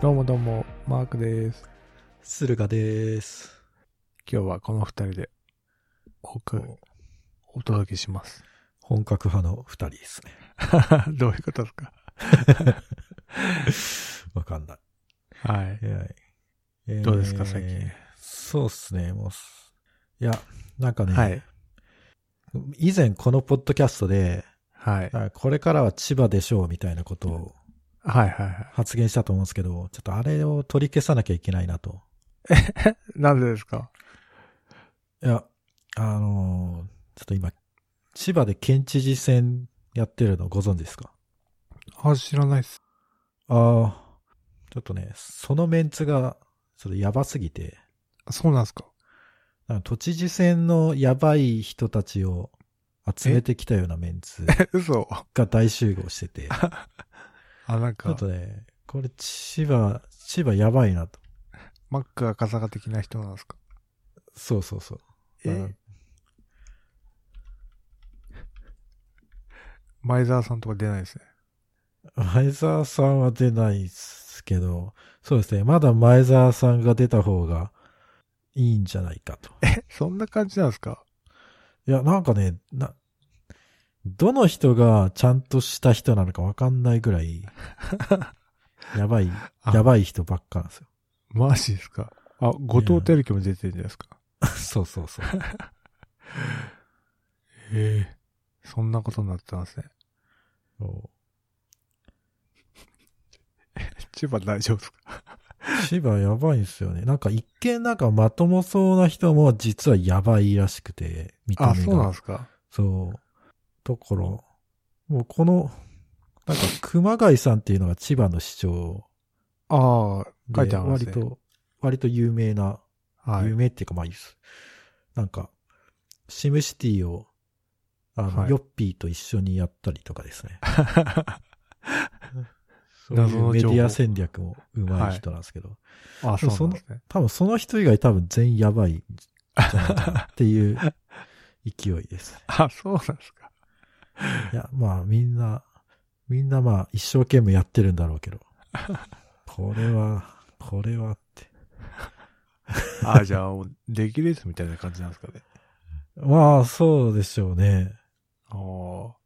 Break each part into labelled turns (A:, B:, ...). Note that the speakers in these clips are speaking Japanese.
A: どうもどうも、マークです。
B: 駿河です。
A: 今日はこの二人でおかお届けします。
B: 本格派の二人ですね。
A: どういうことですか
B: わかんない。
A: はい。
B: はいえー
A: どうですか最近。
B: そうっすね、もうす。いや、なんかね、
A: はい。
B: 以前このポッドキャストで、
A: はい。
B: あこれからは千葉でしょうみたいなことを
A: はいはいは
B: 発言したと思うんですけど、ちょっとあれを取り消さなきゃいけないなと。
A: い。なんでですか
B: いや、あのーちょっと今、千葉で県知事選やってるのご存知ですか
A: あ、知らないっす。
B: ああ、ちょっとね、そのメンツが、ちょっとやばすぎて、
A: そうなんですか
B: なんか都知事選のやばい人たちを集めてきたようなメンツ
A: え、嘘。
B: が大集合してて、
A: あ、なん
B: ちょっ
A: か、
B: とね、これ千葉、千葉やばいなと。
A: マック赤坂的な人なんですか
B: そうそうそう。
A: え前澤さんとか出ないですね。
B: 前澤さんは出ないですけど、そうですね、まだ前澤さんが出た方がいいんじゃないかと。
A: え、そんな感じなんですか
B: いや、なんかね、な、どの人がちゃんとした人なのかわかんないぐら い、やばい、
A: あ
B: やばい人ばっかなんですよ。
A: マジですかあ、後藤輝樹も出てるんじゃないですか
B: そうそうそう。
A: へえ。そんなことになってたんですね。千葉大丈夫ですか
B: 千葉やばいんですよね。なんか一見なんかまともそうな人も実はやばいらしくて、見た目
A: あ、
B: が。
A: そうなんですか
B: そう。ところ、もうこの、なんか熊谷さんっていうのが千葉の市長
A: ああ、
B: で、
A: 書いてあるんです
B: 割
A: ね。
B: と、割と有名な
A: はい
B: 有。名っていうか、まあいいです。なんか、シムシティを、あの、
A: はい
B: ヨッピーと一緒にやったりとかで すね。そう
A: 謎
B: いう
A: の
B: メデ
A: 情報
B: ィア戦略も上手い人なんですけど、
A: あ、
B: でも
A: そうなんですね。
B: 多分その人以外多分全員やばいんじゃないかなっていう勢いです。
A: あ、そうなんですか。
B: いや、まあみんな、みんなまあ一生懸命やってるんだろうけど、これは、これはって。
A: あ、じゃあ、できレースみたいな感じなんですかね。
B: まあそうでしょうね。
A: ああ。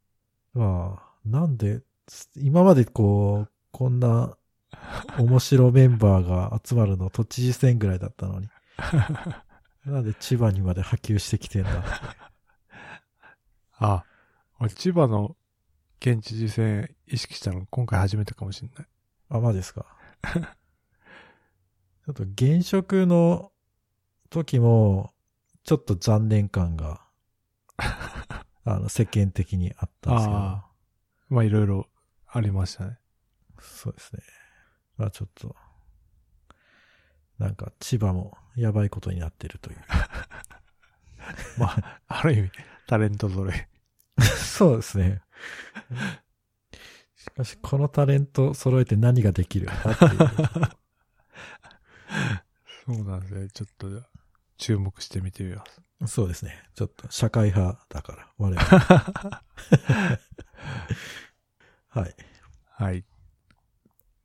B: まあ、なんで、今までこう、こんな面白メンバーが集まるの都知事選ぐらいだったのに。なんで千葉にまで波及してきてんだ。
A: あ、俺、千葉の県知事選意識したの今回初めてかもしれない。
B: あ、まあですか。 ちょっと現職の時も、ちょっと残念感が、あの、世間的にあったんですけど
A: あ。まあ、いろいろありました ね。
B: そうですね。まあちょっと、なんか千葉もやばいことになってるという。
A: まあ、ある意味、タレント揃い。
B: そうですね。しかし、このタレント揃えて何ができるかっていう。
A: そうなんですね。ちょっと、注目してみてみます。
B: そうですね。ちょっと社会派 だから、我々。はい。
A: はい。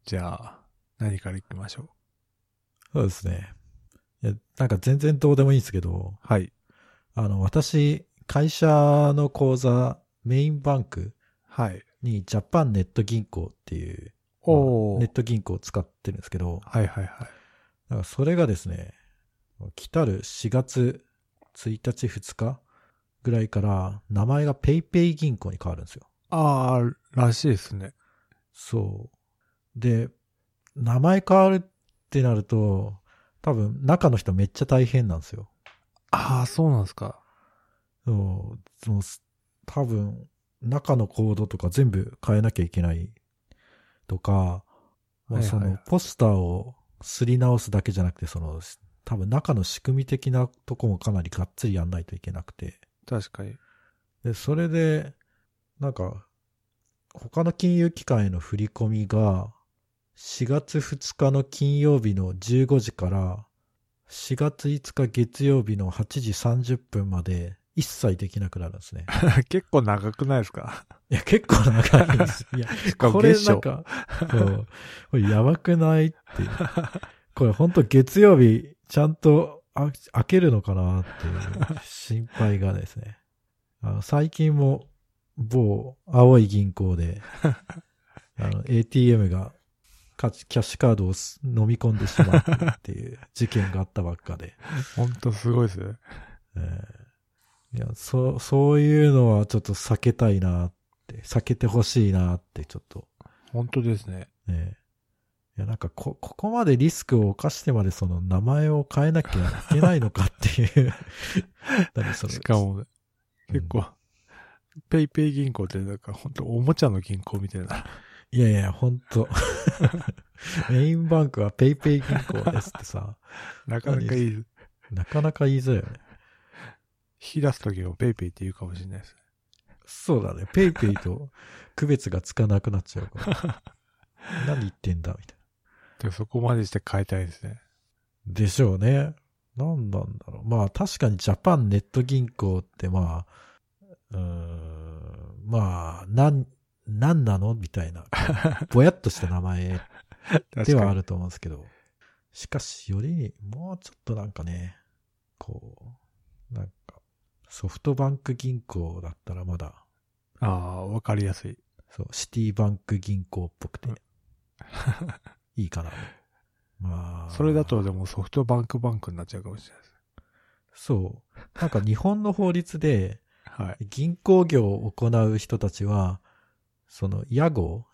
A: じゃあ、何から行きましょう。
B: そうですね。いやなんか全然どうでもいいんですけど、
A: はい。
B: あの、私、会社の口座、メインバンク
A: はい。
B: にジャパンネット銀行っていう、
A: おー
B: まあネット銀行を使ってるんですけど、
A: はいはいはい。
B: なんかそれがですね、来たる4月1日2日ぐらいから名前が PayPay 銀行に変わるんですよ。
A: ああ、らしいですね。
B: そう。で、名前変わるってなると、多分中の人めっちゃ大変なんですよ。
A: ああ、そうなんですか。
B: そうもうす多分中のコードとか全部変えなきゃいけないとか、ま
A: はいはいは
B: あ、
A: い
B: そのポスターをすり直すだけじゃなくて、その多分中の仕組み的なとこもかなりがっつりやんないといけなくて。
A: 確かに。
B: で、それで、なんか、他の金融機関への振り込みが、4月2日の金曜日の15時から、4月5日月曜日の8時30分まで一切できなくなるんですね。
A: 結構長くないです か
B: いや、結構長いです。いや、
A: かも
B: これ
A: 月
B: なんか、そう、これやばくないって。 これ本当月曜日、ちゃんとあ開けるのかなっていう心配がですね。あの最近も某青い銀行 で、あの ATM がカチキャッシュカードをす飲み込んでしまうっていう事件があったばっかで。
A: ほんとすごいですね。
B: えーいや、そう、そういうのはちょっと避けたいなって、避けてほしいなってちょっと
A: ほんとですね。
B: ねえ。いや、なんかこ、ここまでリスクを冒してまでその名前を変えなきゃいけないのかっ ていう。何それ
A: しか。も、ね、結構、ペイペイ銀行ってなんかほんとおもちゃの銀行みたい な。
B: いやいや、ほんと。メインバンクはペイペイ銀行ですってさ、
A: なかなかいい。
B: なかなか言いづらいよね。
A: 引き出すときもペイペイって言うかもしれないですね。
B: そうだね。ペイペイと区別がつかなくなっちゃうから。何言ってんだみたい
A: でそこまでして変えたいですね。
B: な。でしょうね。何なんだろう。まあ確かにジャパンネット銀行ってまあ、うーん、まあ、なん、なんなのみたい な、ぼやっとした名前で
A: 確
B: は
A: か
B: あ
A: に。
B: ると思うんですけど、しかし、よりに、もうちょっとなんかね、こう、なんか、ソフトバンク銀行だったらまだ、
A: ああ、わかりやすい。
B: そう、シティバンク銀行っ ぽくて
A: うん、
B: いいかな。まあ、
A: それだとでもソフトバンクバンクになっちゃうかもしれないです。
B: そう、なんか日本の法律で、
A: はい。
B: 銀行業を行う人たちは、その、屋号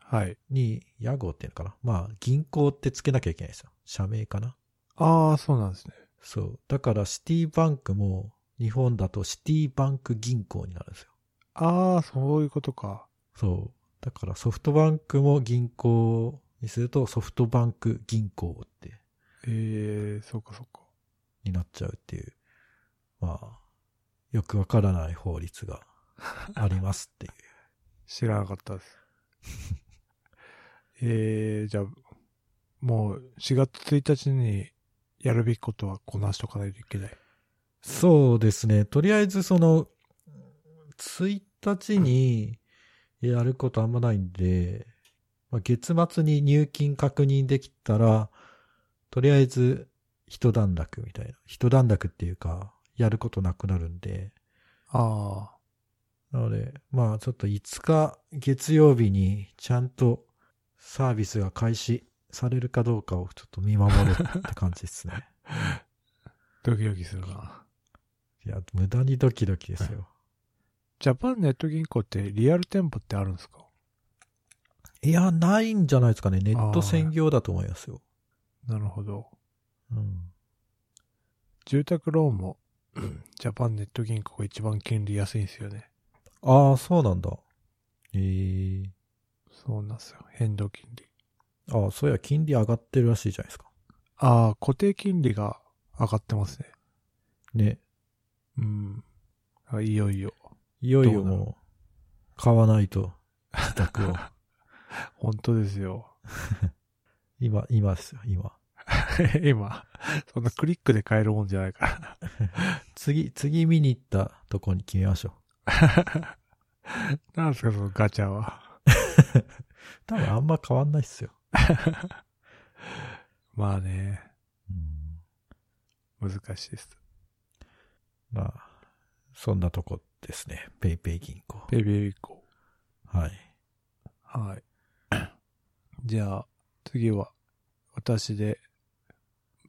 A: はい。
B: に、屋号っていうのかなまあ、銀行ってつけなきゃいけないですよ。社名かな
A: ああ、そうなんですね。
B: そう。だからシティバンクも日本だとシティバンク銀行になるんですよ。
A: ああ、そういうことか。
B: そう。だからソフトバンクも銀行にするとソフトバンク銀行って、
A: ええそうかそうか。
B: になっちゃうっていう、まあ、よくわからない法律がありますっていう。
A: 知らなかったです。 ええじゃあ、もう4月1日にやるべきことはこなしとかないといけない。
B: そうですね。とりあえずその、1日にやることあんまないんで、まあ、月末に入金確認できたら、とりあえず一段落みたいな。一段落っていうか、やることなくなるんで。
A: ああ、
B: なので、まあちょっと5日月曜日にちゃんとサービスが開始されるかどうかをちょっと見守るって感じですね。
A: ドキドキするな。
B: いや、無駄にドキドキですよ。
A: ジャパンネット銀行ってリアル店舗ってあるんですか
B: いや、ないんじゃないですかね。ネット専業だと思いますよ。
A: なるほど。
B: うん。
A: 住宅ローンも、 ジャパンネット銀行が一番金利安いんですよね。
B: ああ、そうなんだ。ええ
A: そうなんですよ。変動金利。
B: ああ、そういや、金利上がってるらしいじゃないですか。
A: ああ、固定金利が上がってますね。
B: ね。
A: うん。あいよいよ。
B: いよい
A: ど
B: よ
A: うな
B: もう、買わないと、自宅を。
A: 本当ですよ。
B: 今、今ですよ、今。
A: 今、そんなクリックで買えるもんじゃないから。
B: 次、次見に行ったとこに決めましょう。
A: なんですか、そのガチャは。
B: 多分あんま変わんないっすよ。
A: まあね、
B: うん。
A: 難しいです。
B: まあ、そんなとこですね。ペイペイ銀行。
A: ペイペイ以降。
B: はい。
A: はい。 じゃあ、次は、私で、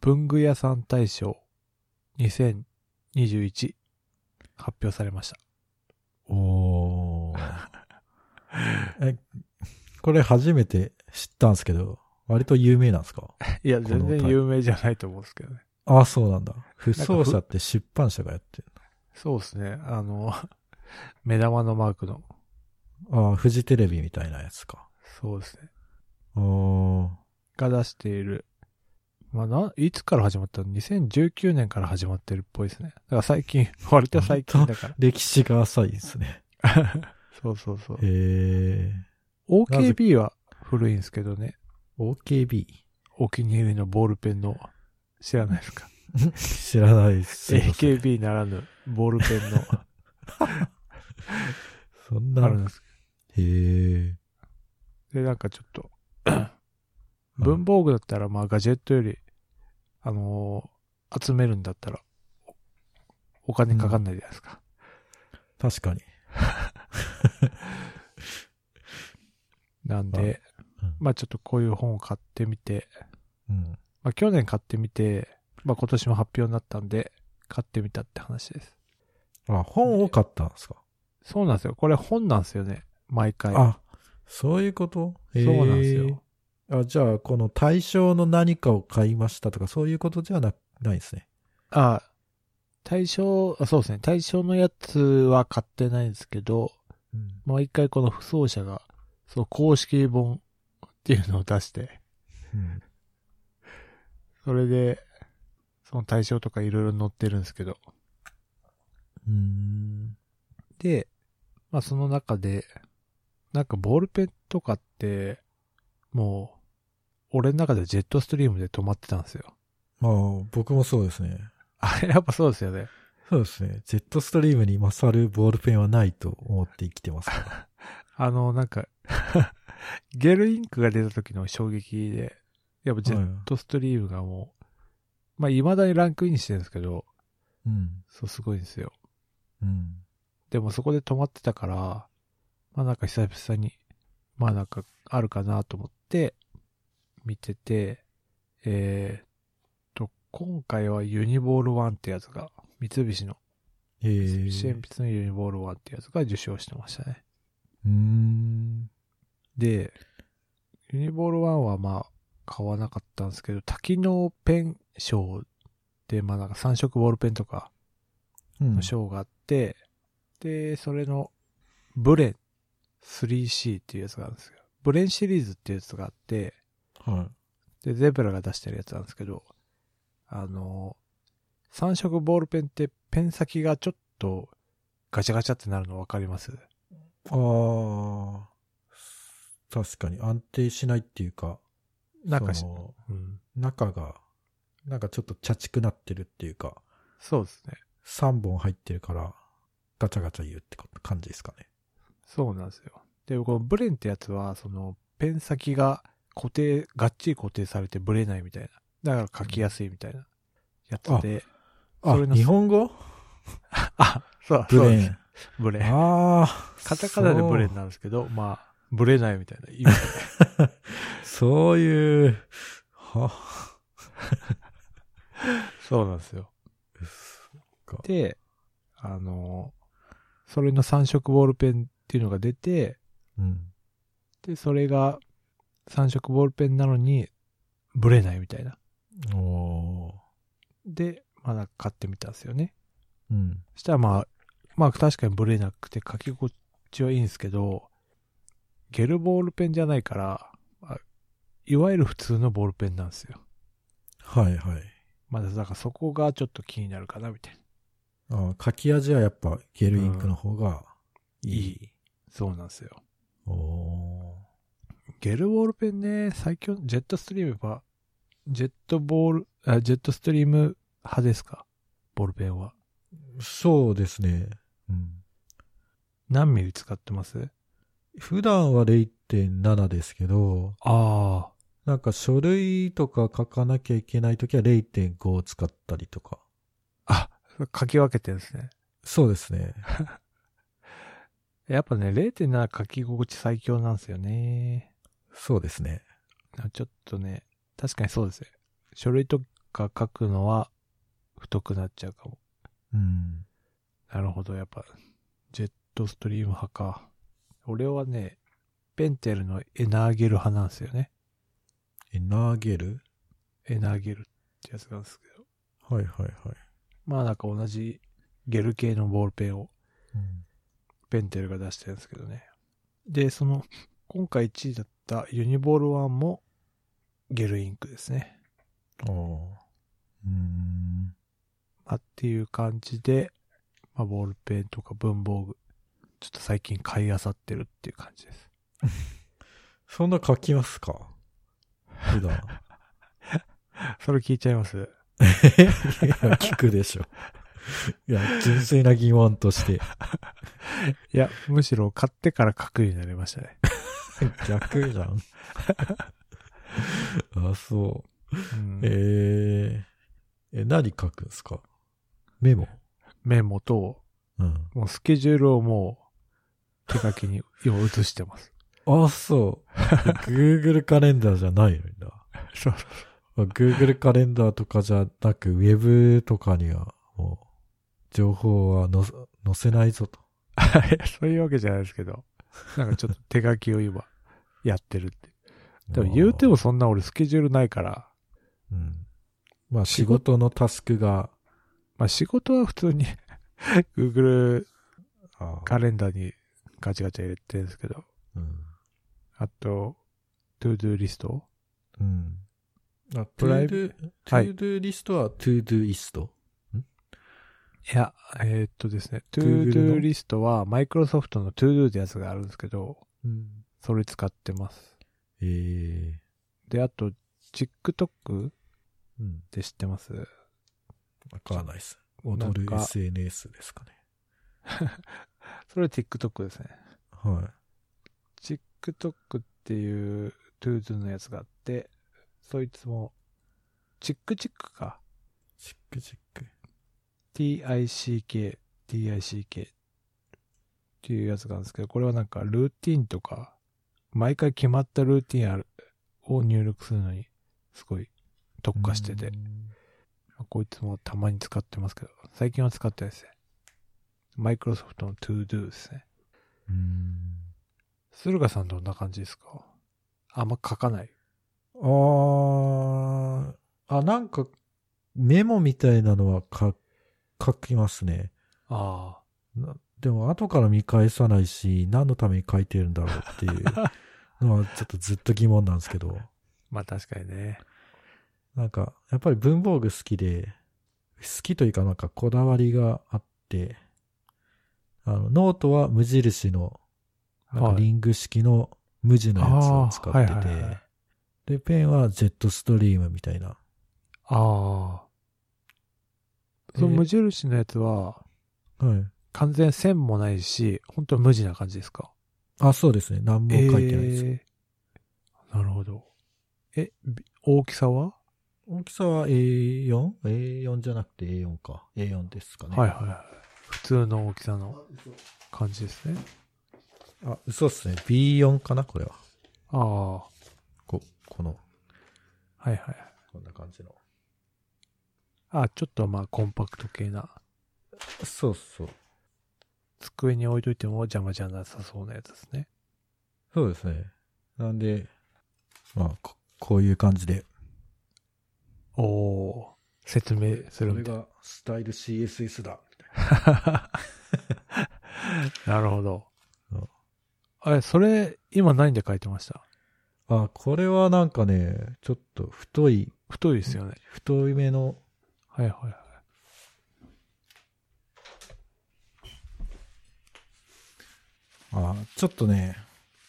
A: 文具屋さん大賞2021発表されました。
B: おー。 え、これ初めて知ったんですけど、割と有名なんですか
A: いや、
B: この
A: 全然
B: タイ
A: 有名じゃないと思うんですけどね。
B: ああ、そうなんだ。不走者って出版社がやってる
A: そうですね。あの、 目玉のマークの。
B: の。ああ、フジテレビみたいなやつか。
A: そうですね。
B: あー
A: が出している。まあ、な、いつから始まったの ?2019 年から始まってるっぽいですね。だから最近、割と最近だか
B: 歴史が浅いです ね。
A: ら。 そうそうそう。
B: え
A: OKB は古いんですけどね。
B: ー、OKB。
A: お気に入りのボールペンの、知らないですか。
B: 知らないです。
A: AKB ならぬ、ボール ペンの、
B: そん
A: あ
B: な
A: るん
B: の。
A: です
B: へえ。
A: で、なんかちょっと、文房具だったら、まあガジェットより、あのー集めるんだったら、おお金かかんないじゃないですか。
B: 確かに。
A: なんで、
B: うん
A: まあちょっとこういう本を買ってみて、
B: うん。
A: まあ去年買ってみて、まあ今年も発表になったんで、買ってみたって話です。
B: あ、本を買ったんですか。
A: そうなんですよ。これ本なんですよね。毎回。
B: あ、そういうこと
A: そうなんですよ。。
B: へーあ、じゃあ、この対象の何かを買いましたとか、そういうことじゃな、ないですね。
A: あ、対象、あそうですね。対象のやつは買ってないんですけど、
B: うん。
A: 毎回この不走者が、その公式本っていうのを出して、
B: うん
A: それで、その対象とかいろいろ載ってるんですけど。
B: うーん。
A: で、まあその中で、なんかボールペンとかって、もう、俺の中でジェットストリームで止まってたんですよ。
B: まあ、僕もそうですね。
A: あれやっぱそうですよね。
B: そうですね。ジェットストリームに勝るボールペンはないと思って生きてますから。
A: あの、なんか、 ゲルインクが出た時の衝撃で、や っぱジェットストリームがもう、まあ未だにランクインしてるんですけど、
B: うん。
A: そうすごいんですよ。
B: うん。
A: でもそこで止まってたから、まあなんか久々に、まあなんかあるかなと思って、見てて、えー、っと、今回はユニボール1ってやつが、三菱の、
B: へえ
A: 三菱鉛筆のユニボール1ってやつが受賞してましたね。
B: うーん。
A: で、ユニボール1はまあ買わなかったんですけど、多機能ペン賞で、まあなんか3色ボールペンとか
B: うん
A: の賞があって、で、それのブレン 3C っていうやつがあるんですよ。ブレンシリーズっていうやつがあって、
B: は
A: で、ゼブラが出してるやつなんですけど、あの、3色ボールペンってペン先がちょっとガチャガチャってなるの分かります
B: い。ああ。確かに安定しないっていうか、
A: なんかし
B: そ、の
A: うん、
B: 中が、なんかちょっと茶ちくなってるっていうか、
A: そうですね。
B: 3本入ってるから、ガチャガチャ言うってこと感じですかね。
A: そうなんですよ。で、このブレンってやつは、その、ペン先が固定、がっちり固定されてブレないみたいな。だから書きやすいみたいなやつで。
B: あ
A: それ、の
B: 日本語
A: あ、そう、
B: ブ
A: そう
B: レ
A: です
B: ン。。
A: ブレン。
B: ああ。
A: カタカナでブレンなんですけど、まあ、ブレないみたいな 意味。
B: そう。そういう、は、
A: そうなんですよ。
B: か。
A: で、あの、それの3色ボールペンっていうのが出て、
B: うん。
A: で、それが3色ボールペンなのに、ブレないみたいな。
B: おー。
A: で、まあ、なんか買ってみたんですよね。
B: うん。
A: そしたらまあ、まあ確かにブレなくて書き心地はいいんですけど、ゲルボールペンじゃないから、あいわゆる普通のボールペンなんですよ。
B: はいはい。
A: まだだからそこがちょっと気になるかなみたいな。
B: あー書き味はやっぱゲルインクの方がいい。
A: いいそうなんですよ。
B: お
A: ゲルボールペンね、最強、ジェットストリームは、ジェットボール、あジェットストリーム派ですかボールペンは。
B: ーそうですね。うん。
A: 何ミリ使ってます
B: 普段は0.7ですけど、
A: ああ。
B: なんか書類とか書かなきゃいけないときは0.5を使ったりとか。
A: あ、書き分けてるんですね。
B: そうですね。
A: やっぱね、0.7書き心地最強なんですよね。
B: そうですね。
A: ちょっとね、確かにそうですね。書類とか書くのは太くなっちゃうかも。
B: うん。
A: なるほど、やっぱ、ジェットストリーム派か。俺はね、ペンテルのエナーゲル派なんですよね。
B: え、投げる
A: エナーゲルってやつなんですけど。
B: はいはいはい。
A: まあなんか同じゲル系のボールペンを
B: うん
A: ペンテルが出してるんですけどね。で、その、今回1位だったユニボール1もゲルインクですね。
B: ああ。うん。
A: あっていう感じで、まあ、ボールペンとか文房具、ちょっと最近買い漁ってるっていう感じです。
B: そんな書きますか普段。
A: それ聞いちゃいます
B: いや聞くでしょ。 いや、純粋な疑問として。
A: いや、むしろ買ってから書くようになりましたね。
B: 逆じゃん。 あ、そう。
A: うん
B: えー、え、何書くんですかメモ。
A: メモと、
B: うん。
A: もうスケジュールをもう、手書きに今移して ます。
B: あ、そう。Google カレンダーじゃないのにな。
A: そうそう
B: Google カレンダーとかじゃなく、ウェブとかには、もう、情報はの載せないぞと。
A: いやそういうわけじゃないですけど、なんかちょっと手書きを今、やってる って。でも言うてもそんな俺スケジュールないから、
B: うん。まあ仕事のタスクが、
A: まあ仕事は普通に Google
B: あ
A: カレンダーにガチガチャ入れてるんですけど、
B: うん。
A: あと、to do リスト
B: うん。あ、
A: プ
B: プ
A: ラ
B: ラ
A: イ
B: イブ、ト
A: は
B: ゥ
A: い
B: ードゥリストはトゥードゥイスト。
A: いや、えーっとですね、to
B: Google
A: do
B: の
A: リストは Microsoft の to do ってやつがあるんですけど、
B: うん。
A: それ使ってます。
B: ええ
A: で、あと、TikTok っ
B: うん。
A: て知ってます
B: わからないです。
A: な
B: 踊
A: ん
B: る
A: か
B: SNS ですかね。
A: それ TikTok ですね。
B: は
A: TikTok っていう ToDo のやつがあって、そいつも、チックチックか。
B: い。チックチック。
A: TICK、TICK っていうやつがあるんですけど、これはなんかルーティンとか、毎回決まったルーティンあるを入力するのに、すごい特化してて
B: う、ん。
A: こいつもたまに使ってますけど、最近は使ってないですね。Microsoft の ToDo ですね。
B: うん
A: 駿河さんどんな感じですかあんま書かない。
B: あーあ、なんか、メモみたいなのは書、書きますね。
A: あ
B: なでも、後から見返さないし、何のために書いてるんだろうっ ていうのは、ちょっとずっと疑問なんですけど、
A: まあ確かにね。
B: なんか、やっぱり文房具好きで、好きというかなんかこだわりがあって、あの、ノートは無印の、なんか
A: はい
B: リング式の無地のやつを使って
A: あーはいはいはい
B: て、で、ペンはジェットストリームみたいな。
A: ああ。その
B: えー
A: 無印のやつは、
B: はい。
A: 完全線もないし、本当無地な感じですか
B: あ、そうですね。何も書いてないです。
A: えーなるほど。え、び大きさは、
B: 大きさは A4?A4 じゃなくて A4 か。A4 ですかね。
A: はいはいはい。普通の大きさの感じですね。
B: あ、嘘っすね。B4 かなこれは。
A: ああ。は
B: こ、この、
A: いはいはい。
B: こんな感じの。
A: あ、ちょっとまあコンパクト系な。
B: そうそう。
A: 机に置いといても邪魔じゃなさそうなやつですね。
B: そうですね。なんで、まあ、ここういう感じで。
A: おおー。説明するみたい
B: がスタイル CSS だ。
A: なるほど
B: うん。
A: あれ、それ、今何で書いてました
B: あ、これはなんかね、ちょっと太い、
A: 太いですよね。
B: 太いめの、
A: はいはいはい。
B: あ、ちょっとね、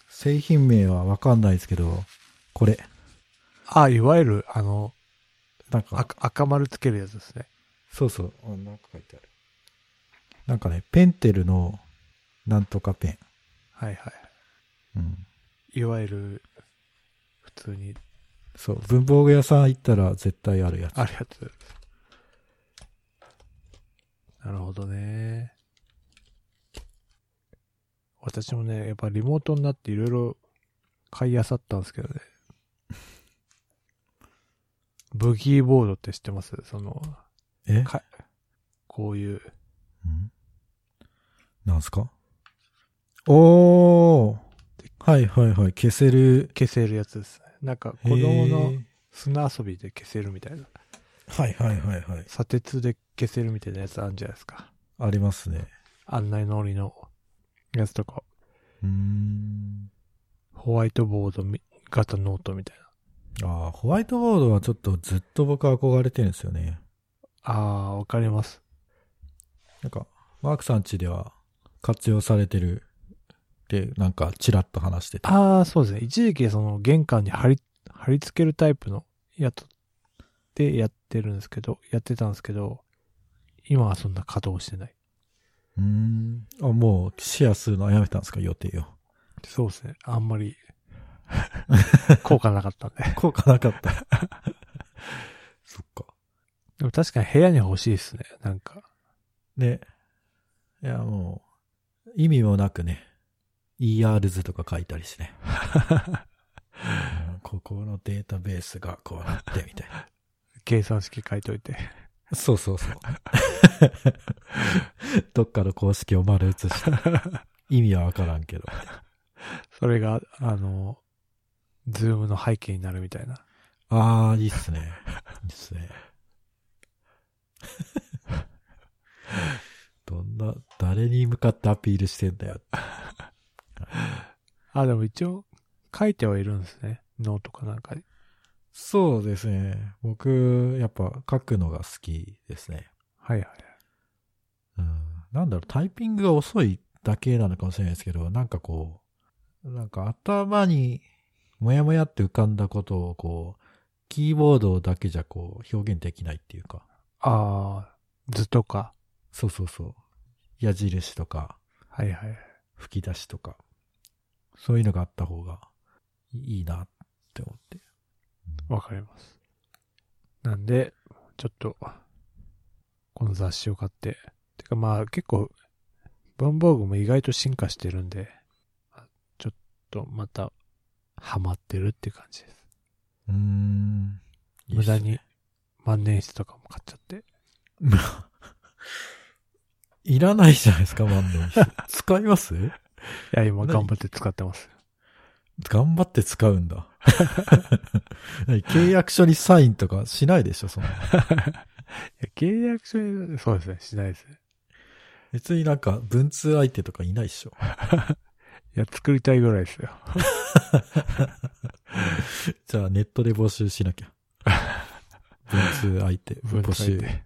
B: 製品名はわかんないですけど、これ、
A: あ、いわゆる、あの、
B: なんか、
A: 赤赤丸つけるやつですね。
B: そうそう。あ、なんか書いてある。なんかね、ペンテルの、なんとかペン。
A: はいは
B: うん。
A: い。いわゆる、普通に
B: そう、文房具屋さん行ったら絶対あるやつ。
A: あるやつ。なるほどね。私もね、やっぱリモートになっていろいろ買い漁ったんですけどね。 ブギーボードって知ってますその、
B: え、
A: かこういう、
B: うん、なんすかおーはいはいはい。消せる。
A: 消せるやつですね。なんか、子
B: へー
A: 供の砂遊びで消せるみたいな。
B: はいはいはいはい。
A: 砂鉄で消せるみたいなやつあるんじゃないですか。
B: ありますね。
A: 案内のりのやつとか、
B: うーん。ホ
A: ホワイトボードみ型ノートみたいな。
B: あーホワイトボードはちょっとずっと僕憧れてるんですよね。
A: ああ、わかります。
B: なんか、マークさんちでは活用されてるって、なんかチラッと話してた。
A: ああ、そうですね。一時期その玄関に貼り、貼り付けるタイプのやつでやってるんですけど、やってたんですけど、今はそんな稼働してない。
B: うーん。あ、もうシェアするのやめたんですか、予 定を。
A: そうですね。あんまり、 効果なかったんで。
B: 効果なかった。 そっか。
A: でも確かに部屋に欲しいですね。なんか。
B: ね。いや、もう、意味もなくね、ER 図とか書いたりしてね。うん ここのデータベースがこうなって、みたいな。
A: 計算式書いといて。
B: そうそう そう。どっかの公式を丸写 して。意味はわからんけど。
A: それが、あの、ズームの背景になるみたいな。
B: ああ、いいっすね。いいっすね。 どんな、誰に向かってアピールしてんだよ。
A: あ、でも一応書いてはいるんですね。ノートかなんかに。
B: そうですね。僕、やっぱ書くのが好きですね。
A: はいはい。
B: うん。なんだろう、タイピングが遅いだけなのかもしれないですけど、なんかこう、なんか頭にもやもやって浮かんだことをこう、キーボードだけじゃこう、表現できないっていうか。
A: あー、図とか。
B: そうそうそう。矢印とか、
A: はいはい。
B: 吹き出しとか、そういうのがあった方がいいなって思って。
A: わかります。なんで、ちょっと、この雑誌を買って。てかまあ結構、文房具も意外と進化してるんで、あちょっとまた、ハマってるって感じです。
B: うーん。
A: 無駄に万年筆とかも買っちゃって。
B: まあ いらないじゃないですか、万年 筆。使います
A: いや、今
B: 何
A: 頑張って使ってます。
B: 頑張って使うんだ。 何契約書にサインとかしないでしょ、そんな。
A: いや、契約書に、そうですね、しないですね。
B: 別になんか文通相手とかいないでしょ。
A: いや、作りたいぐらいですよ。
B: じゃあネットで募集しなき ゃ。文通相手、
A: 文
B: 募
A: 通相手
B: 集。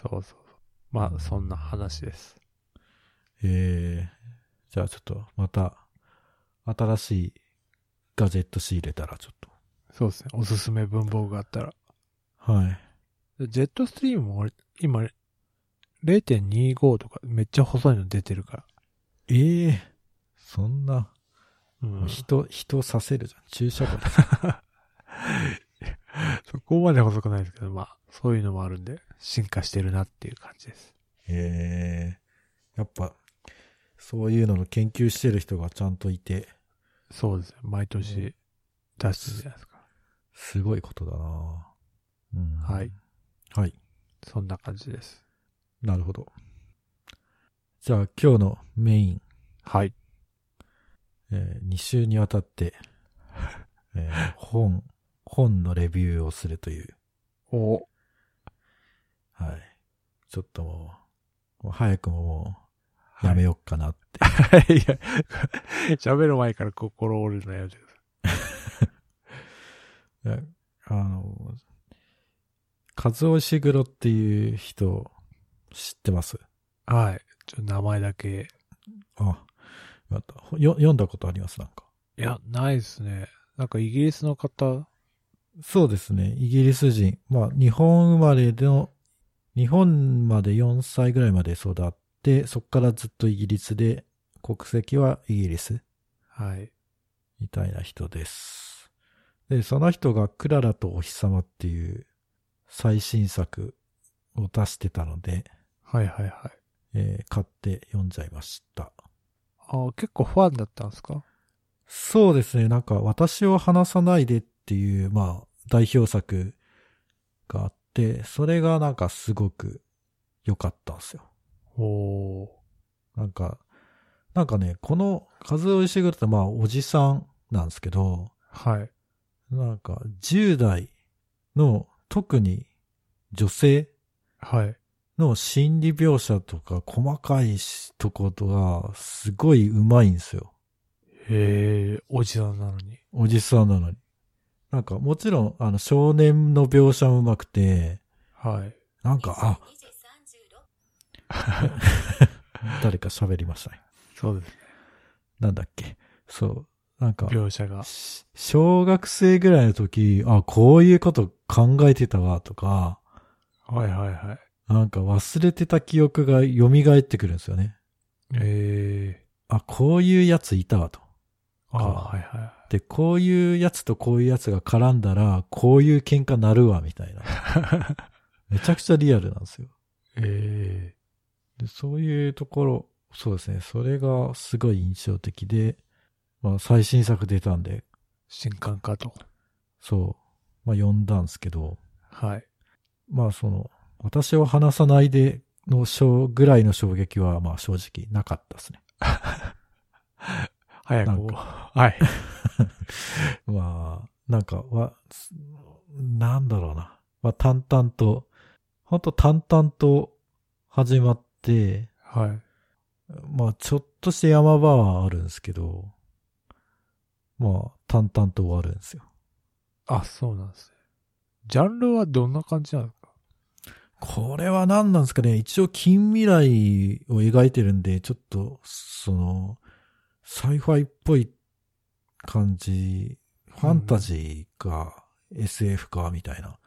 A: そうそうそう。まあ、そんな話です。
B: えー、じゃあちょっとまた新しいガジェット仕入れたらちょっ
A: そうですね、おすすめ文房具があったら。
B: と。はい。
A: ジェットストリームも俺今、0.25とかめっちゃ細いの出てるから。
B: えー、そんな、
A: うん、 そ
B: 人、人させるじゃん。注射器。
A: こまで細くないですけど、まあ、そういうのもあるんで、進化してるなっていう感じです。
B: へえやっぱ、そういうのの研究してる人がちゃんといて、
A: そうですね、毎年出してるじゃないですか。
B: すごいことだなうん。
A: はい。
B: はい。
A: そんな感じです。
B: なるほど。じゃあ今日のメイン、
A: はい。
B: え2週にわたって、えー本、本のレビューをするという。
A: お
B: はい。ちょっともう、もう早くももう、やめよっかなって。
A: いや、 喋る前から心折れるのやめてくださ
B: いやあの、和尾石黒っていう人、知ってます
A: い。はい。ちょっと名前だけ。
B: あ、よかった。ほよ読んだことありますなんか。
A: いや、ないですね。なんかイギリスの方、
B: そうですね。イギリス人。まあ、日本生まれの、日本まで4歳ぐらいまで育って、そこからずっとイギリスで、国籍はイギリス
A: はい。
B: みたいな人です。で、その人がクララとお日様っていう最新作を出してたので、
A: はいはいはい。
B: えー買って読んじゃいました。
A: ああ、結構ファンだったんですか
B: そうですね。なんか、私を話さないでっていう、まあ、代表作があって、それがなんかすごく良かったんですよ。
A: おお
B: なんか、なんかね、この、和尾石黒ってまあ、おじさんなんですけど、
A: ー。はい。
B: なんか、10代の、特に女性
A: はい。
B: の心理描写とか、細かいしとことが、すごい上手いんですよ。
A: へえ、おじさんなのに。
B: おじさんなのに。なんか、もちろん、あの、少年の描写もうまくて、
A: はい。
B: なんか、あ、誰か喋りましたね。
A: そうですね。
B: なんだっけ。そう。なんか、
A: 描写が。
B: し小学生ぐらいの時、あ、こういうこと考えてたわ、とか、
A: はいはいはい。
B: なんか忘れてた記憶が蘇ってくるんですよね。
A: ええ
B: あ、こういうやついたわ、と。
A: ー。あ
B: か
A: あ、はいはい。
B: で、こういうやつとこういうやつが絡んだら、こういう喧嘩なるわ、みたいな。めちゃくちゃリアルなんですよ。
A: え
B: で、そういうところ、そうですね。それがすごい印象的で、まあ最新作出たんで、
A: 新刊かと。
B: そう、まあ読んだんですけど、
A: はい。
B: まあその、私を話さないでの小ぐらいの衝撃はまあ正直なかったですね。
A: 早く
B: なん
A: も。はい。
B: まあ、なんかは、すなんだろうな。まあ淡々と、ほんと淡々と始まって、
A: はい。
B: まあ、ちょっとした山場はあるんですけど、まあ、淡々と終わるんですよ。
A: あ、そうなんですね。ジャンルはどんな感じなんですか
B: これは何なんですかね一応近未来を描いてるんで、ちょっと、その、サイファイっぽい感じ、ファンタジーか、SF か、みたいな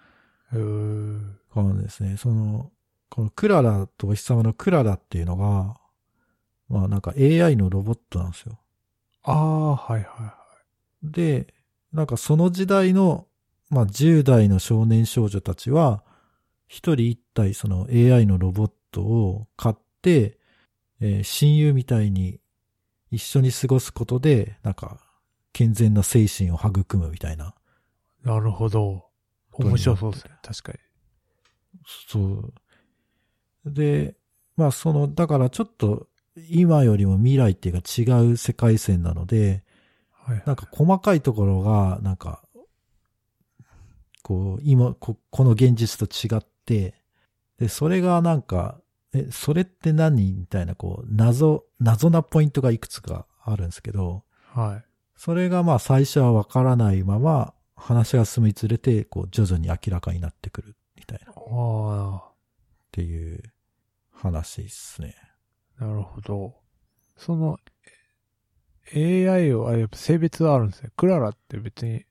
A: うーん。
B: 感じですね。その、このクララとお日様のクララっていうのが、まあなんか AI のロボットなんですよ。
A: ああ、はいはいは
B: で、なんかその時代の、まあ、10代の少年少女たちは、一人一体その AI のロボットを買って、えー親友みたいに一緒に過ごすことで、なんか、健全な精神を育むみたいな。
A: い。なるほど。面白そうですね。確かに。
B: そう。で、まあその、だからちょっと、今よりも未来っていうか違う世界線なので、
A: はいはい。
B: なんか細かいところが、なんか、こう、今、こ、この現実と違って、で、それがなんか、え、それって何みたいな、こう、謎、謎なポイントがいくつかあるんですけど、
A: はい。
B: それがまあ最初はわからないまま、話が進むにつれて、こう、徐々に明らかになってくる、みたいな、っ
A: あ
B: ていう話ですね。
A: あ、なるほど。その、え AI を、あ、やっぱ性別はあるんですね。クララって別に、へ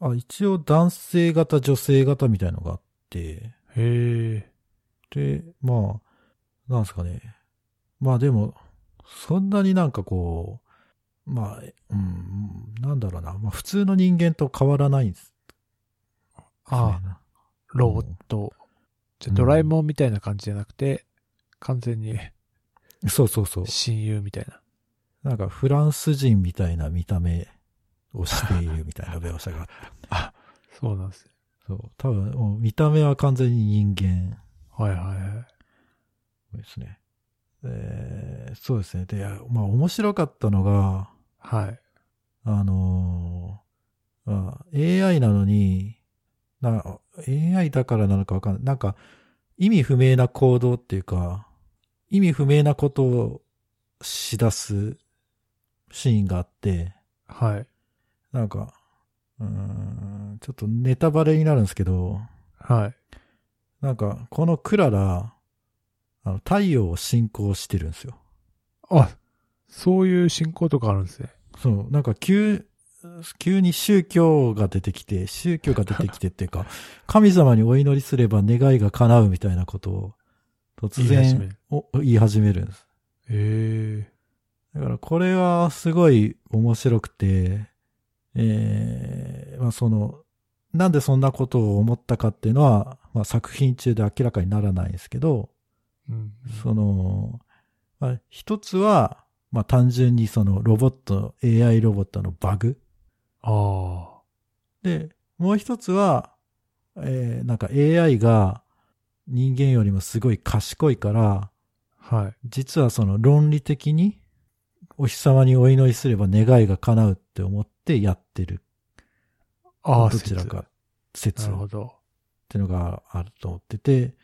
B: あ、一応男性型、女性型みたいのがあって、
A: え、
B: で、まあ、なんですかね。まあでも、そんなになんかこう、まあ、うん、なんだろうな。まあ普通の人間と変わらないんです。
A: ああ、
B: あ、
A: ロボット。じゃ、
B: うん
A: ドラえもんみたいな感じじゃなくて、完全に
B: そうそうそう。
A: 親友みたいな。
B: なんかフランス人みたいな見た目をしているみたいな描写があって。
A: そうなんですね。
B: そう。多分、もう見た目は完全に人間
A: はいはいはい。
B: ですね。えーそうですね。で、まあ面白かったのが、
A: はい。
B: あのーまあ、AI なのに、な、AI だからなのかわかんない。なんか、意味不明な行動っていうか、意味不明なことをしだすシーンがあって、
A: はい。
B: なんか、うーん、ちょっとネタバレになるんですけど、
A: はい。
B: なんか、このクララ、あの、太陽を信仰してるんですよ。
A: あ、そういう進行とかあるんですね。
B: そう、なんか急、急に宗教が出てきて、宗教が出てきてってい うか、神様にお祈りすれば願いが叶うみたいなことを突
A: 言い始め
B: 然
A: る
B: お言い始めるんです。
A: へえ、
B: だからこれはすごい面白くて、えーまあその、なんでそんなことを思ったかっていうのは、まあ作品中で明らかにならないんですけど、
A: うん。
B: その、まあ一つは、まあ単純にそのロボット、AI ロボットのバグ
A: ああ。
B: で、もう一つは、えーなんか AI が人間よりもすごい賢いから、
A: はい。
B: 実はその論理的にお日様にお祈りすれば願いが叶うって思ってやってる。
A: ああ、
B: どちらか
A: 説。な
B: 説っ
A: るほど。
B: ていうのがあると思ってて、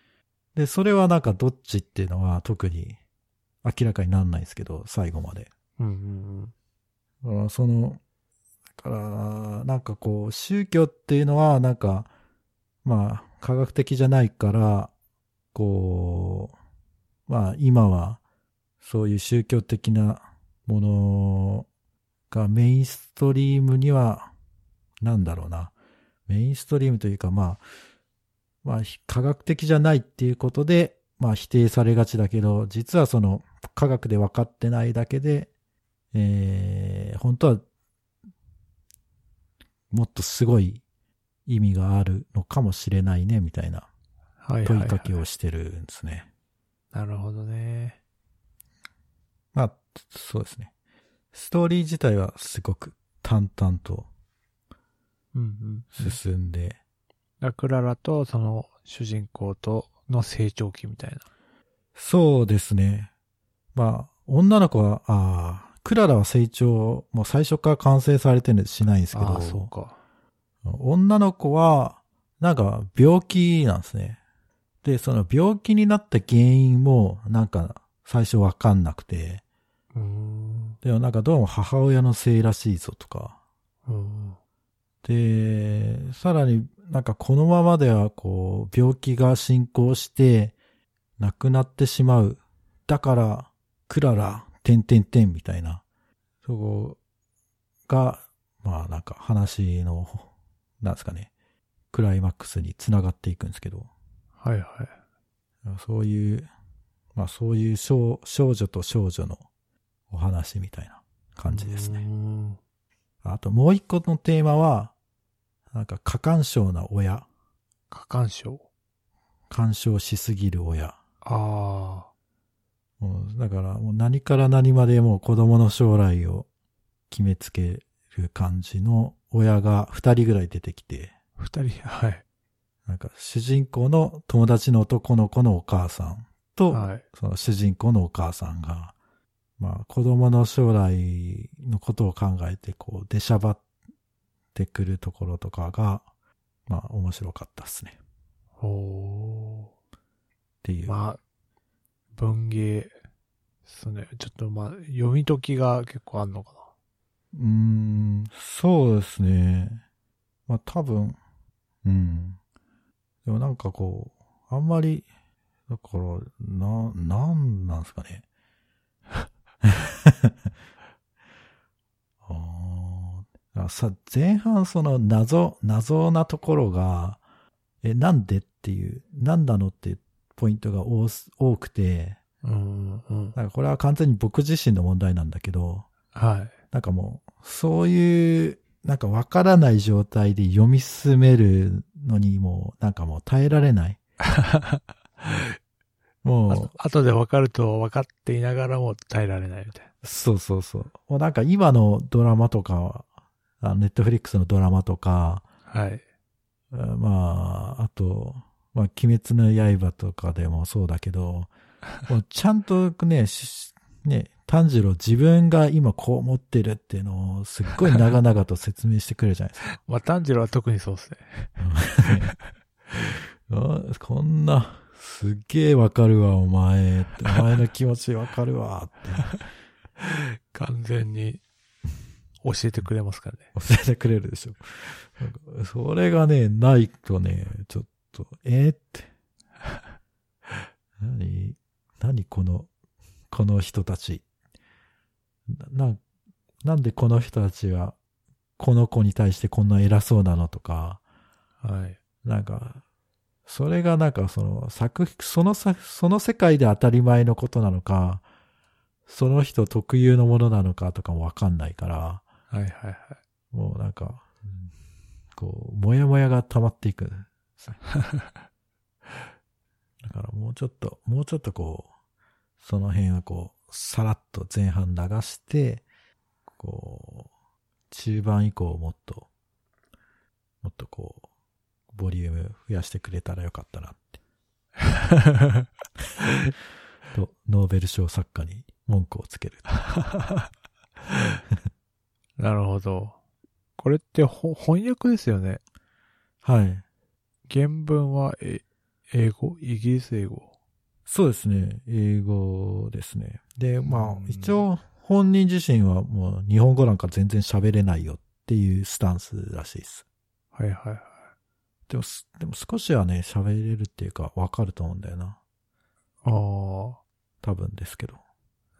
B: で、それはなんかどっちっていうのは特に明らかにならないんですけど、最後まで。
A: うんうん
B: だからその、だから、なんかこう、宗教っていうのは、なんか、まあ、科学的じゃないから、こう、まあ、今は、そういう宗教的なものがメインストリームには、なんだろうな。メインストリームというか、まあ、まあ、ひ科学的じゃないっていうことで、まあ、否定されがちだけど、実はその、科学で分かってないだけで、えー、本当は、もっとすごい意味があるのかもしれないね、みたいな
A: はいはい、
B: 問
A: はいい。
B: かけをしてるんですね。
A: なるほどね。
B: まあ、そうですね。ストーリー自体はすごく淡々と
A: うんうん。
B: 進んで、
A: だクララとその主人公との成長期みたいな。
B: そうですね。まあ、女の子は、ああ、クララは成長、もう最初から完成されてるんでしないんですけ
A: あ
B: ど
A: あ、、そうか。
B: 女の子は、なんか病気なんですね。で、その病気になった原因も、なんか最初わかんなくて、
A: うーん。
B: でもなんかどうも母親のせいらしいぞとか、
A: うん。
B: で、さらになんかこのままではこう、病気が進行して、亡くなってしまう。だから、クララ、てんてんてんみたいな。そこが、まあなんか話の、なんですかね、クライマックスにつながっていくんですけど、
A: はいはい。
B: そういう、まあそういう少少女と少女のお話みたいな感じです
A: う
B: ね。
A: ーん
B: あともう一個のテーマは、なんか過干渉な親、
A: 過干渉。
B: 干渉しすぎる親。
A: あ
B: もうだからもう何から何までもう子供の将来を決めつける感じの親が二人ぐらい出てきて、
A: あ、二人、はい。
B: なんか主人公の友達の男の子のお母さんと、
A: はい。
B: その主人公のお母さんが、まあ子供の将来のことを考えてこう出しゃばってくるところとかが、まあ面白かったっすね。っ
A: お
B: てい
A: ー。
B: う。
A: まあ、文芸っすね。ちょっとまあ、読み解きが結構あんのか
B: うーん、そうですね。まあ多分、うん。でもなんかこう、あんまり、だから、な、なんなんですかね。 あーあさ、前半その謎、謎なところが、え、なんでっていう、なんなのっていうポイントが多す多くて、
A: な。うんうん。
B: なんかこれは完全に僕自身の問題なんだけど、
A: はい。
B: なんかもう、そういう、なんかわからない状態で読み進めるのにもう、なんかもう耐えられ ない。
A: あ
B: も
A: と後で分かると分かっていながらも耐えられないみたいな。
B: う、そうそうそう。もうなんか今のドラマとか、ネットフリックスのドラマとか、
A: はい。
B: あまあ、あと、まあ、鬼滅の刃とかでもそうだけど、もうちゃんとね、しね、炭治郎自分が今こう思ってるっていうのをすっごい長々と説明してくれるじゃないですか。
A: まあ、炭治郎は特にそうですね。
B: あこんな、すっげえわかるわ、お前って。お前の気持ちわかるわ、って
A: 完全に教えてくれますからね。
B: 教えてくれるでしょ。なんかそれがね、ないとね、ちょっと、えーって。何何この、この人たち。な、ななんでこの人たちは、この子に対してこんな偉そうなのとか、
A: はい。
B: なんか、それがなんかその作、その作、その世界で当たり前のことなのか、その人特有のものなのかとかもわかんないから、
A: はいはいはい。
B: もうなんか、こう、もやもやが溜まっていく。だからもうちょっと、もうちょっとこう、その辺はこう、さらっと前半流して、こう、中盤以降もっと、もっとこう、ボリューム増やしてくれたらよかったなって。と、ノーベル賞作家に文句をつける。
A: なるほど。これってほ翻訳ですよね。
B: はい。
A: 原文はえ英語イギリス英語。
B: そうですね。英語ですね。で、ま
A: う
B: あ
A: ん、
B: 一応、本人自身はもう日本語なんか全然喋れないよっていうスタンスらしいです。
A: はいはいはい。
B: でもす、でも少しはね、喋れるっていうか、わかると思うんだよな。
A: ああ。
B: 多分ですけど。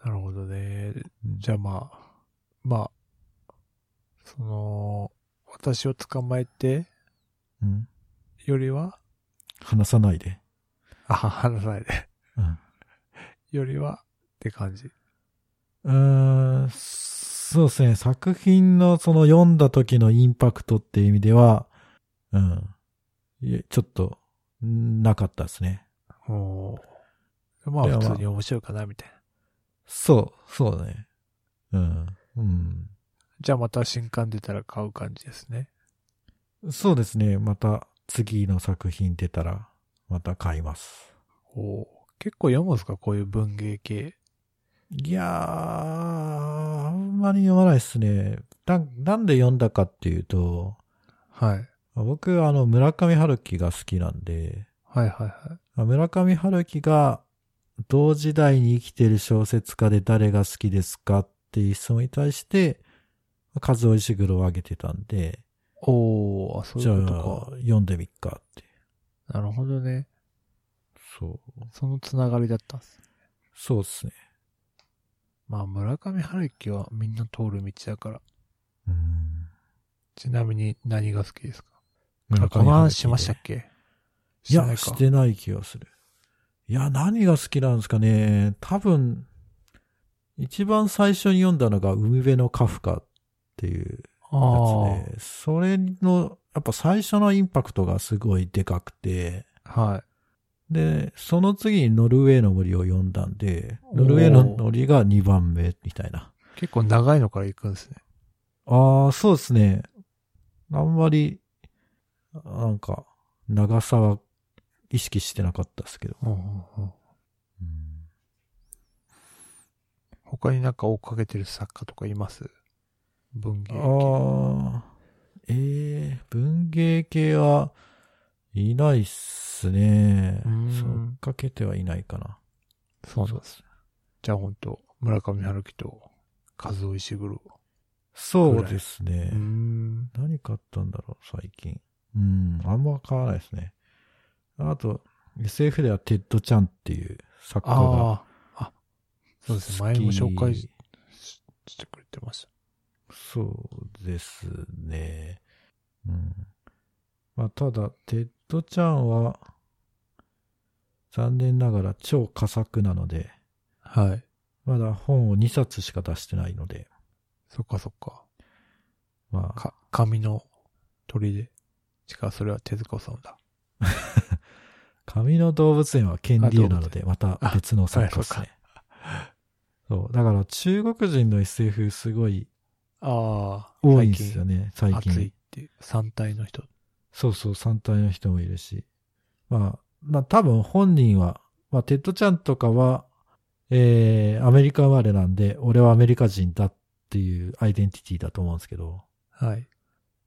A: なるほどね。じゃあまあ、まあ、その、私を捕まえて
B: うん。
A: よりは、
B: 話さないで。
A: あ、話さないで。
B: うん。
A: よりは、って感じ。
B: うーん、そうですね。作品のその読んだ時のインパクトっていう意味では、うん。いやちょっと、んなかったですね。
A: おーまあ、
B: いや
A: 普
B: まあ
A: 通に面白いかな、みたいな。
B: そう、そうだね。うん。うん。
A: じゃあまた新刊出たら買う感じですね。
B: そうですね。また次の作品出たら、また買います。
A: おー結構読むんですかこういう文芸系。
B: いやー、あんまり読まないですね。な、なんで読んだかっていうと、
A: はい。
B: 僕、あの、村上春樹が好きなんで、
A: はいはいはい。
B: あ村上春樹が同時代に生きてる小説家で誰が好きですかっていう質問に対して、数尾石黒を挙げてたんで、
A: おーあ、そう
B: じゃ
A: い
B: あ
A: うこと
B: 読んでみっかって。
A: か。なるほどね。
B: そう。
A: そのつながりだったんです。
B: そうですね。
A: まあ、村上春樹はみんな通る道だから。
B: うん。
A: ちなみに何が好きですか
B: 村上春樹
A: この話しましたっけ
B: い
A: てな
B: や、
A: か
B: してない気がする。いや、何が好きなんですかね。多分、一番最初に読んだのが海辺のカフカっていう
A: あ
B: やつで、それの、やっぱ最初のインパクトがすごいでかくて、
A: あ。はい。
B: で、その次にノルウェーの森を読んだんで、
A: おー
B: ノルウェーの森が2番目みたいな。
A: 結構長いのから行くんですね。
B: ああ、そうですね。あんまり、なんか、長さは意識してなかったですけど。
A: うんうんうん、他になんか追っかけてる作家とかいます文芸系。
B: ああ、ええ文芸系はいないっすね。
A: う
B: そ
A: ん
B: っかけてはいないかな。
A: そうなんです。じゃあ本当村上春樹と和夫石黒。
B: そうですね
A: う。ん。
B: 何買ったんだろう、最近。うん、あんま買わないですね。あと、SF ではテッドちゃんっていう作家が好
A: ああ。あ、そうです
B: き。
A: ね。前も紹介ししてくれてまし
B: そうですね。うん。まあ、ただ、テッドちゃんは、残念ながら超佳作なので、
A: た。はい。
B: まだ本を2冊しか出してないので、
A: そっかそっか。
B: まあ、
A: か、紙の鳥で。しかもそれは手塚さんだ。
B: 紙の動物園はケンディーなの
A: あ動
B: で、また別の作家ですね。そう、だから中国人の SF すごい
A: ああ。
B: 多いんですよね、最
A: 最
B: 近。
A: 近。暑いっていう。三体の人。
B: そうそう、三体の人もいるし。まあ、まあ多分本人は、まあテッドちゃんとかは、えー、アメリカ生まれなんで、俺はアメリカ人だっていうアイデンティティだと思うんですけど。
A: はい。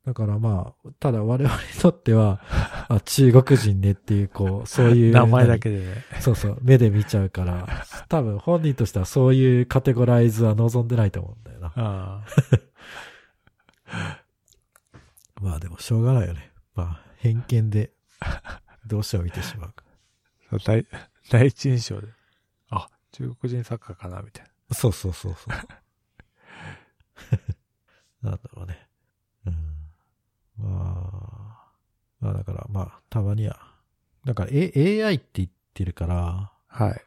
B: だからまあ、ただ我々にとっては、 あ中国人ねっていう、こう、そうい う。
A: 名前だけでね。
B: そうそう、目で見ちゃうから、多分本人としてはそういうカテゴライズは望んでないと思うんだよな。
A: あ
B: まあでもしょうがないよね。まあ偏見で、どうしても見てしまうか。
A: あ。第、 第一印象で。あ、中国人作家かな、みたいな。
B: そうそうそうそう。 なんだろうね。うん。まあ、まあだからまあ、たまには。だから、A、AI って言ってるから、
A: はい。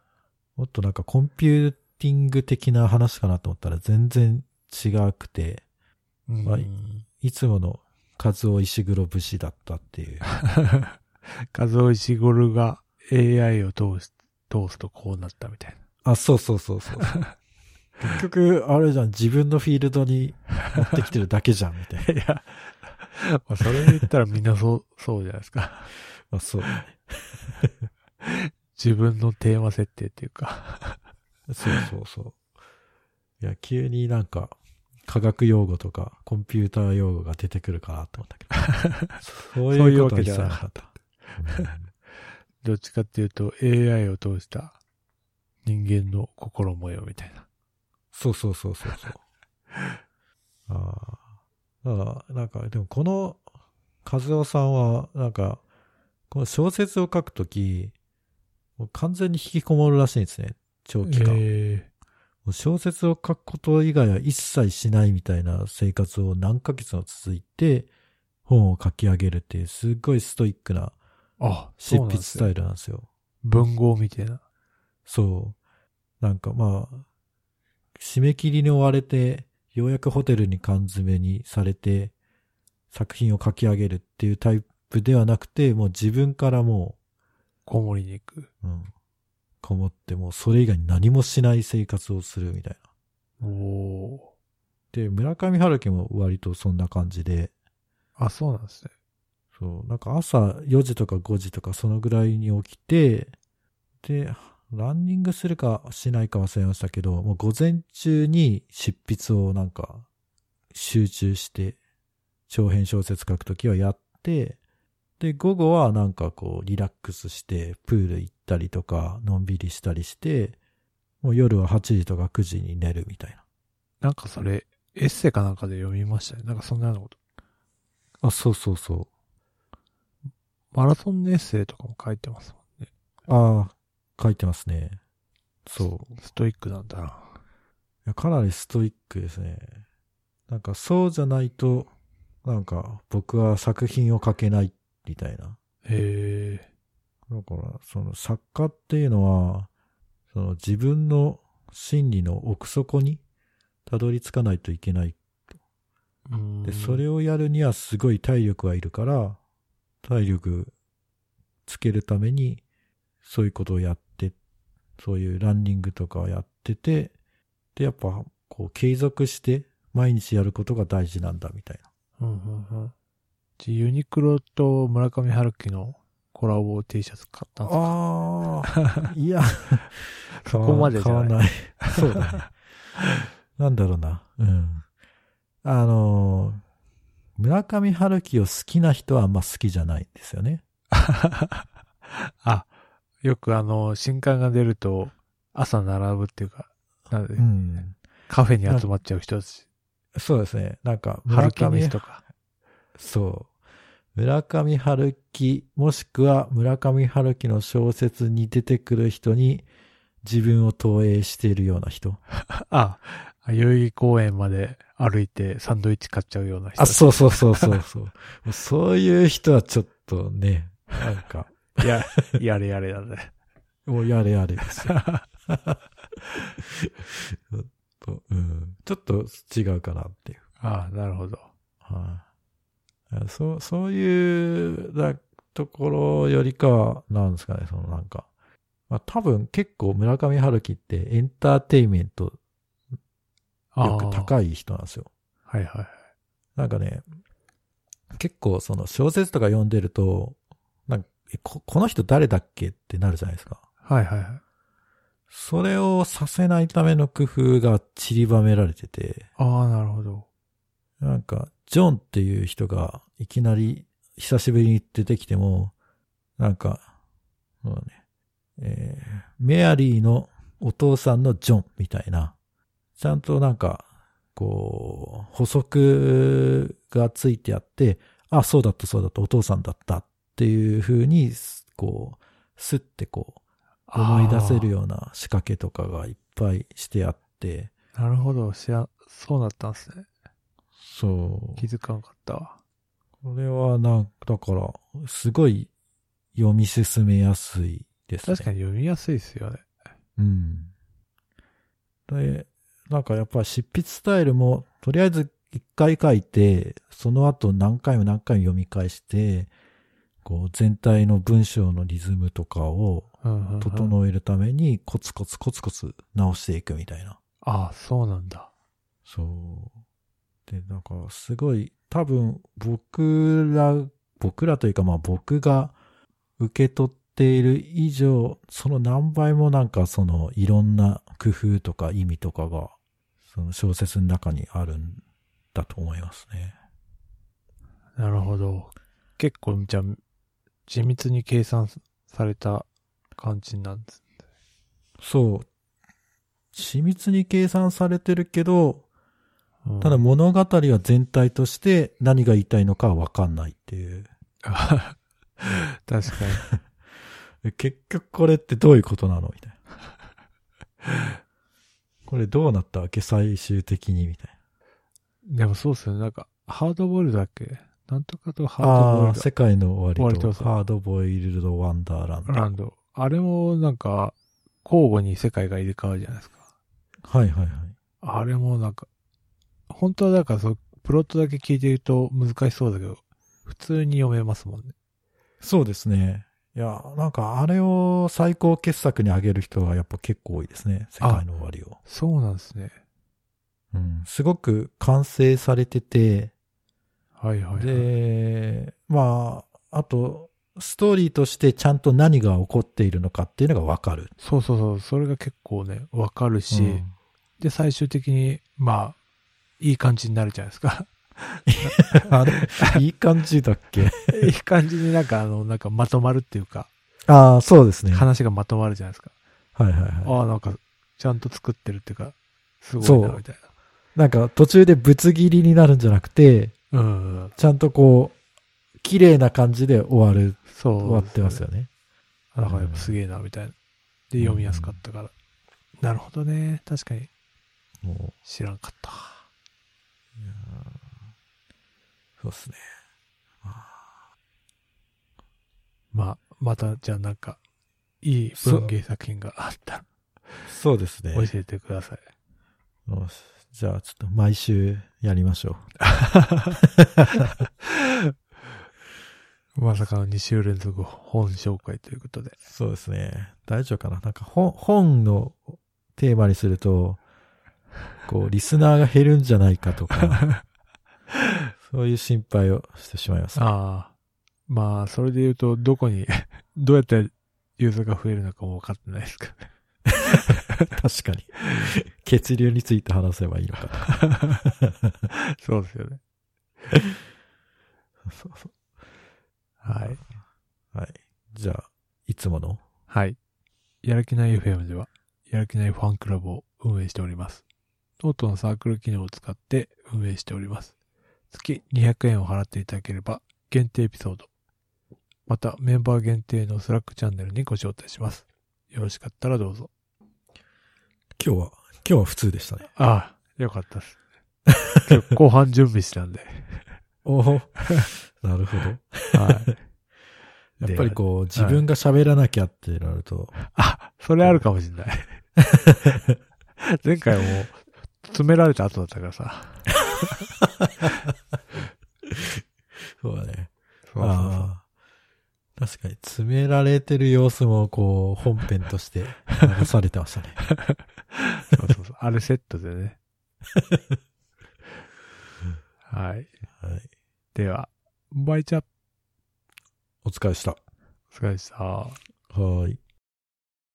B: もっとなんかコンピューティング的な話かなと思ったら全然違くて、
A: うん
B: はいいつもの数尾石黒節だったっていう。
A: カズオイシゴルが AI を通す、通すとこうなったみたい
B: あ、そうそうそうそう。 結局、あれじゃん、自分のフィールドに持ってきてるだけじゃん、みた いな。
A: な。いや、まあ、それで言ったらみんなそう、そうじゃないですか。
B: まあそう。
A: 自分のテーマ設定っていうか。
B: そうそうそう。いや、急になんか、科学用語とか、コンピューター用語が出てくるかなと思ったけど。そう
A: そう
B: い
A: いうう
B: こ
A: わけ
B: とは
A: じ
B: 一
A: ゃ
B: 切
A: な
B: な
A: か
B: かった。うん
A: どっちかっていうと AI を通した人間の心模様みたいな。
B: そうそうそうそうそう。ああ。だからなんか、でもこの、和夫さんは、なんか、この小説を書くとき、もう完全に引きこもるらしいんですね。長期間。
A: え
B: 小説を書くこと以外は一切しないみたいな生活を何ヶ月も続いて、本を書き上げるっていう、すっごいストイックな
A: あ、そ
B: 執
A: うなん
B: 筆
A: です
B: ス
A: よ
B: タイルなんですよ。
A: 文豪みたいな。
B: そう。なんかまあ、締め切りに追われて、ようやくホテルに缶詰にされて、作品を書き上げるっていうタイプではなくて、もう自分からも
A: こもりに行く。
B: う、うん、こもって、もうそれ以外に何もしない生活をするみたいな。
A: おお
B: で、村上春樹も割とそんな感じで、
A: ー。あ、そうなんですね。
B: そう、なんか朝4時とか5時とかそのぐらいに起きて、で、ランニングするかしないか忘れましたけど、もう午前中に執筆をなんか集中して、長編小説書くときはやって、で、午後はなんかこうリラックスして、プール行ったりとか、のんびりしたりして、もう夜は8時とか9時に寝るみたいな。
A: なんかそれ、エッセイかなんかで読みましたね。なんかそんなようなこと。
B: あ、そうそうそう。
A: マラソンのエッセイとかも書いてますもんね。
B: ああ、書いてますね。そう。
A: う。ストイックなんだな。
B: いやかなりストイックですね。なんかそうじゃないと、なんか僕は作品を書けないみたいな。
A: へえ。
B: だから、その作家っていうのは、その自分の心理の奥底にたどり着かないといけない。
A: うーん
B: で、それをやるにはすごい体力はいるから、体力つけるために、そういうことをやって、そういうランニングとかをやってて、で、やっぱ、こう、継続して、毎日やることが大事なんだ、みたいな。
A: うんうんうん。じユニクロと村上春樹のコラボ T シャツ買ったんですか
B: ああ、 いや、そ
A: こまでじゃない
B: 買 わない。そうだね。なんだろうな。うん。あのー村上春樹を好きな人はあんま好きじゃないんですよね。
A: あ、よくあの、新刊が出ると朝並ぶっていうか、なんで、
B: ん。
A: カフェに集まっちゃう人たち、
B: そうですね。なんか、
A: 春樹
B: 村
A: 飯
B: 上
A: と か。
B: そう。村上春樹、もしくは村上春樹の小説に出てくる人に自分を投影しているような人。
A: あ、代々木公園まで歩いてサンドイッチ買っちゃうような人た
B: あ、
A: ち。
B: そうそうそうそう そう。もうそういう人はちょっとね、なんか、
A: いや、やれやれなんで。
B: もうやれやれですよ。ちょっと、うん、ちょっと違うかなっていう。
A: あなるほど。
B: はい、そう、そういう、だ、ところよりかは、なんですかね、そのなんか。まあ多分結構村上春樹ってエンターテインメント力
A: い。
B: 高い人なんですよ。
A: はいはい。
B: なんかね、結構その小説とか読んでると、なんか、えここの人誰だっけってなるじゃないですか。
A: はいはいはい。
B: それをさせないための工夫が散りばめられてて、
A: ああ、なるほど。
B: なんか、ジョンっていう人がいきなり久しぶりに出てきても、なんか、そうだね、えーメアリーのお父さんのジョンみたいな、ちゃんとなんか、こう、補足がついてあって、あ、そうだったそうだった、お父さんだったっていう風に、すこう、すってこう、思い出せるような仕掛けとかがいっぱいしてあって、
A: あー。なるほど。しや、そうだったんですね。
B: そう
A: 気づかんかったわ。
B: これはなんだから、すごい読み進めやすいですね。
A: 確かに読みやすいですよね。
B: に。うん。で、なんかやっぱり執筆スタイルも、とりあえず一回書いて、その後何回も何回も読み返して、こう全体の文章のリズムとかを
A: うんうん、うん。
B: 整えるためにコツコツコツコツ直していくみたいな。
A: ああ、そうなんだ。
B: そう。で、なんか、すごい、多分、僕ら、僕らというか、まあ僕が受け取っている以上、その何倍もなんか、その、いろんな工夫とか意味とかが、その小説の中にあるんだと思いますね。
A: なるほど。結構、じゃあ、緻密に計算された感じなんです。
B: そう。緻密に計算されてるけど、
A: うん
B: ただ、物語は全体として何が言いたいのかはわかんないっていう。
A: 確かに。
B: 結局これってどういうことなのみたいな。 これどうなったわけ最終的にみたい
A: でもそうっすよね。なんか、ハードボイルドだっけなんとかとハ
B: な。
A: ードボ
B: あ
A: イ
B: あー、
A: ル
B: 世界の終わり
A: 終わり
B: と
A: と
B: ハードボイルドワンダーランド。
A: ドランド。あれもなんか、交互に世界が入れ替わるじゃないですか。
B: はいはいはい。
A: あれもなんか、本当はだからそう、プロットだけ聞いてると難しそうだけど、普通に読めますもんね。
B: そうですね。いや、なんかあれを最高傑作に上げる人がやっぱ結構多いですね。世界の終わりを。
A: そうなんですね。
B: うん。すごく完成されてて、
A: はいはい、はい。
B: で、まあ、あと、ストーリーとしてちゃんと何が起こっているのかっていうのがわかる
A: そうそうそう。それが結構ね、わかるし、
B: うん
A: で、最終的に、まあ、いい感じになるじゃないです か。
B: あれ、いい感じだっけ
A: いい感じになんか、あの、なんかまとまるっていうか、
B: ああ、そうですね。はい
A: 話がまとまるじゃないですか。
B: はいは
A: ああ、なんか、ちゃんと作ってるっていうか、すごい
B: そ
A: な、
B: う
A: みたい
B: い。なんか途中でぶつ切りになるんじゃなくて、
A: な。うん。
B: ちゃんとこう、綺麗な感じで終わる、
A: そう。
B: 終わってますよね。
A: だからやっぱすげえな、みたいな。で、読みやすかったから。なるほどね。確かに。
B: もう、
A: 知らんかった。
B: そうですね。
A: まあ、また、じゃあなんか、いい文芸作品があったら
B: そうですね。
A: 教えてください。
B: よしじゃあちょっと毎週やりましょう。
A: まさかの2週連続本紹介ということで。
B: そうですね。大丈夫かななんか本、本のテーマにすると、こう、リスナーが減るんじゃないかと か、そういう心配をしてしまいます、ね。
A: ああ。まあ、それで言うと、どこに、 どうやってユーザーが増えるのかも分かってないですから。
B: 確かに。血流について話せばいいのかな。
A: そうですよね。
B: そうそ
A: はい。
B: うはい。じゃあ、いつもの
A: はい。やる気ない FM では、やる気ないファンクラブを運営しております。ノートのサークル機能を使って運営しております。月200円を払っていただければ、限定エピソード、またメンバー限定のスラックチャンネルにご招待します。よろしかったらどうぞ。
B: 今日は、今日は普通でしたね。
A: ああ、よかったです。 今日後半準備したんで。
B: おお なるほ ど。
A: はい。
B: やっぱりこう、
A: で
B: 自分が喋らなきゃってなると、
A: あ、それあるかもしれ ない。前回もう詰められた後だったからさ。
B: そうだね。
A: そうそうそう
B: ああ確かに、詰められてる様子も、こう、本編として流されてましたね。
A: そうそうそう。あれセットでね。はい。
B: はい。
A: では、バイチャップ。
B: お疲れでした。は
A: お疲れでした。
B: ーい。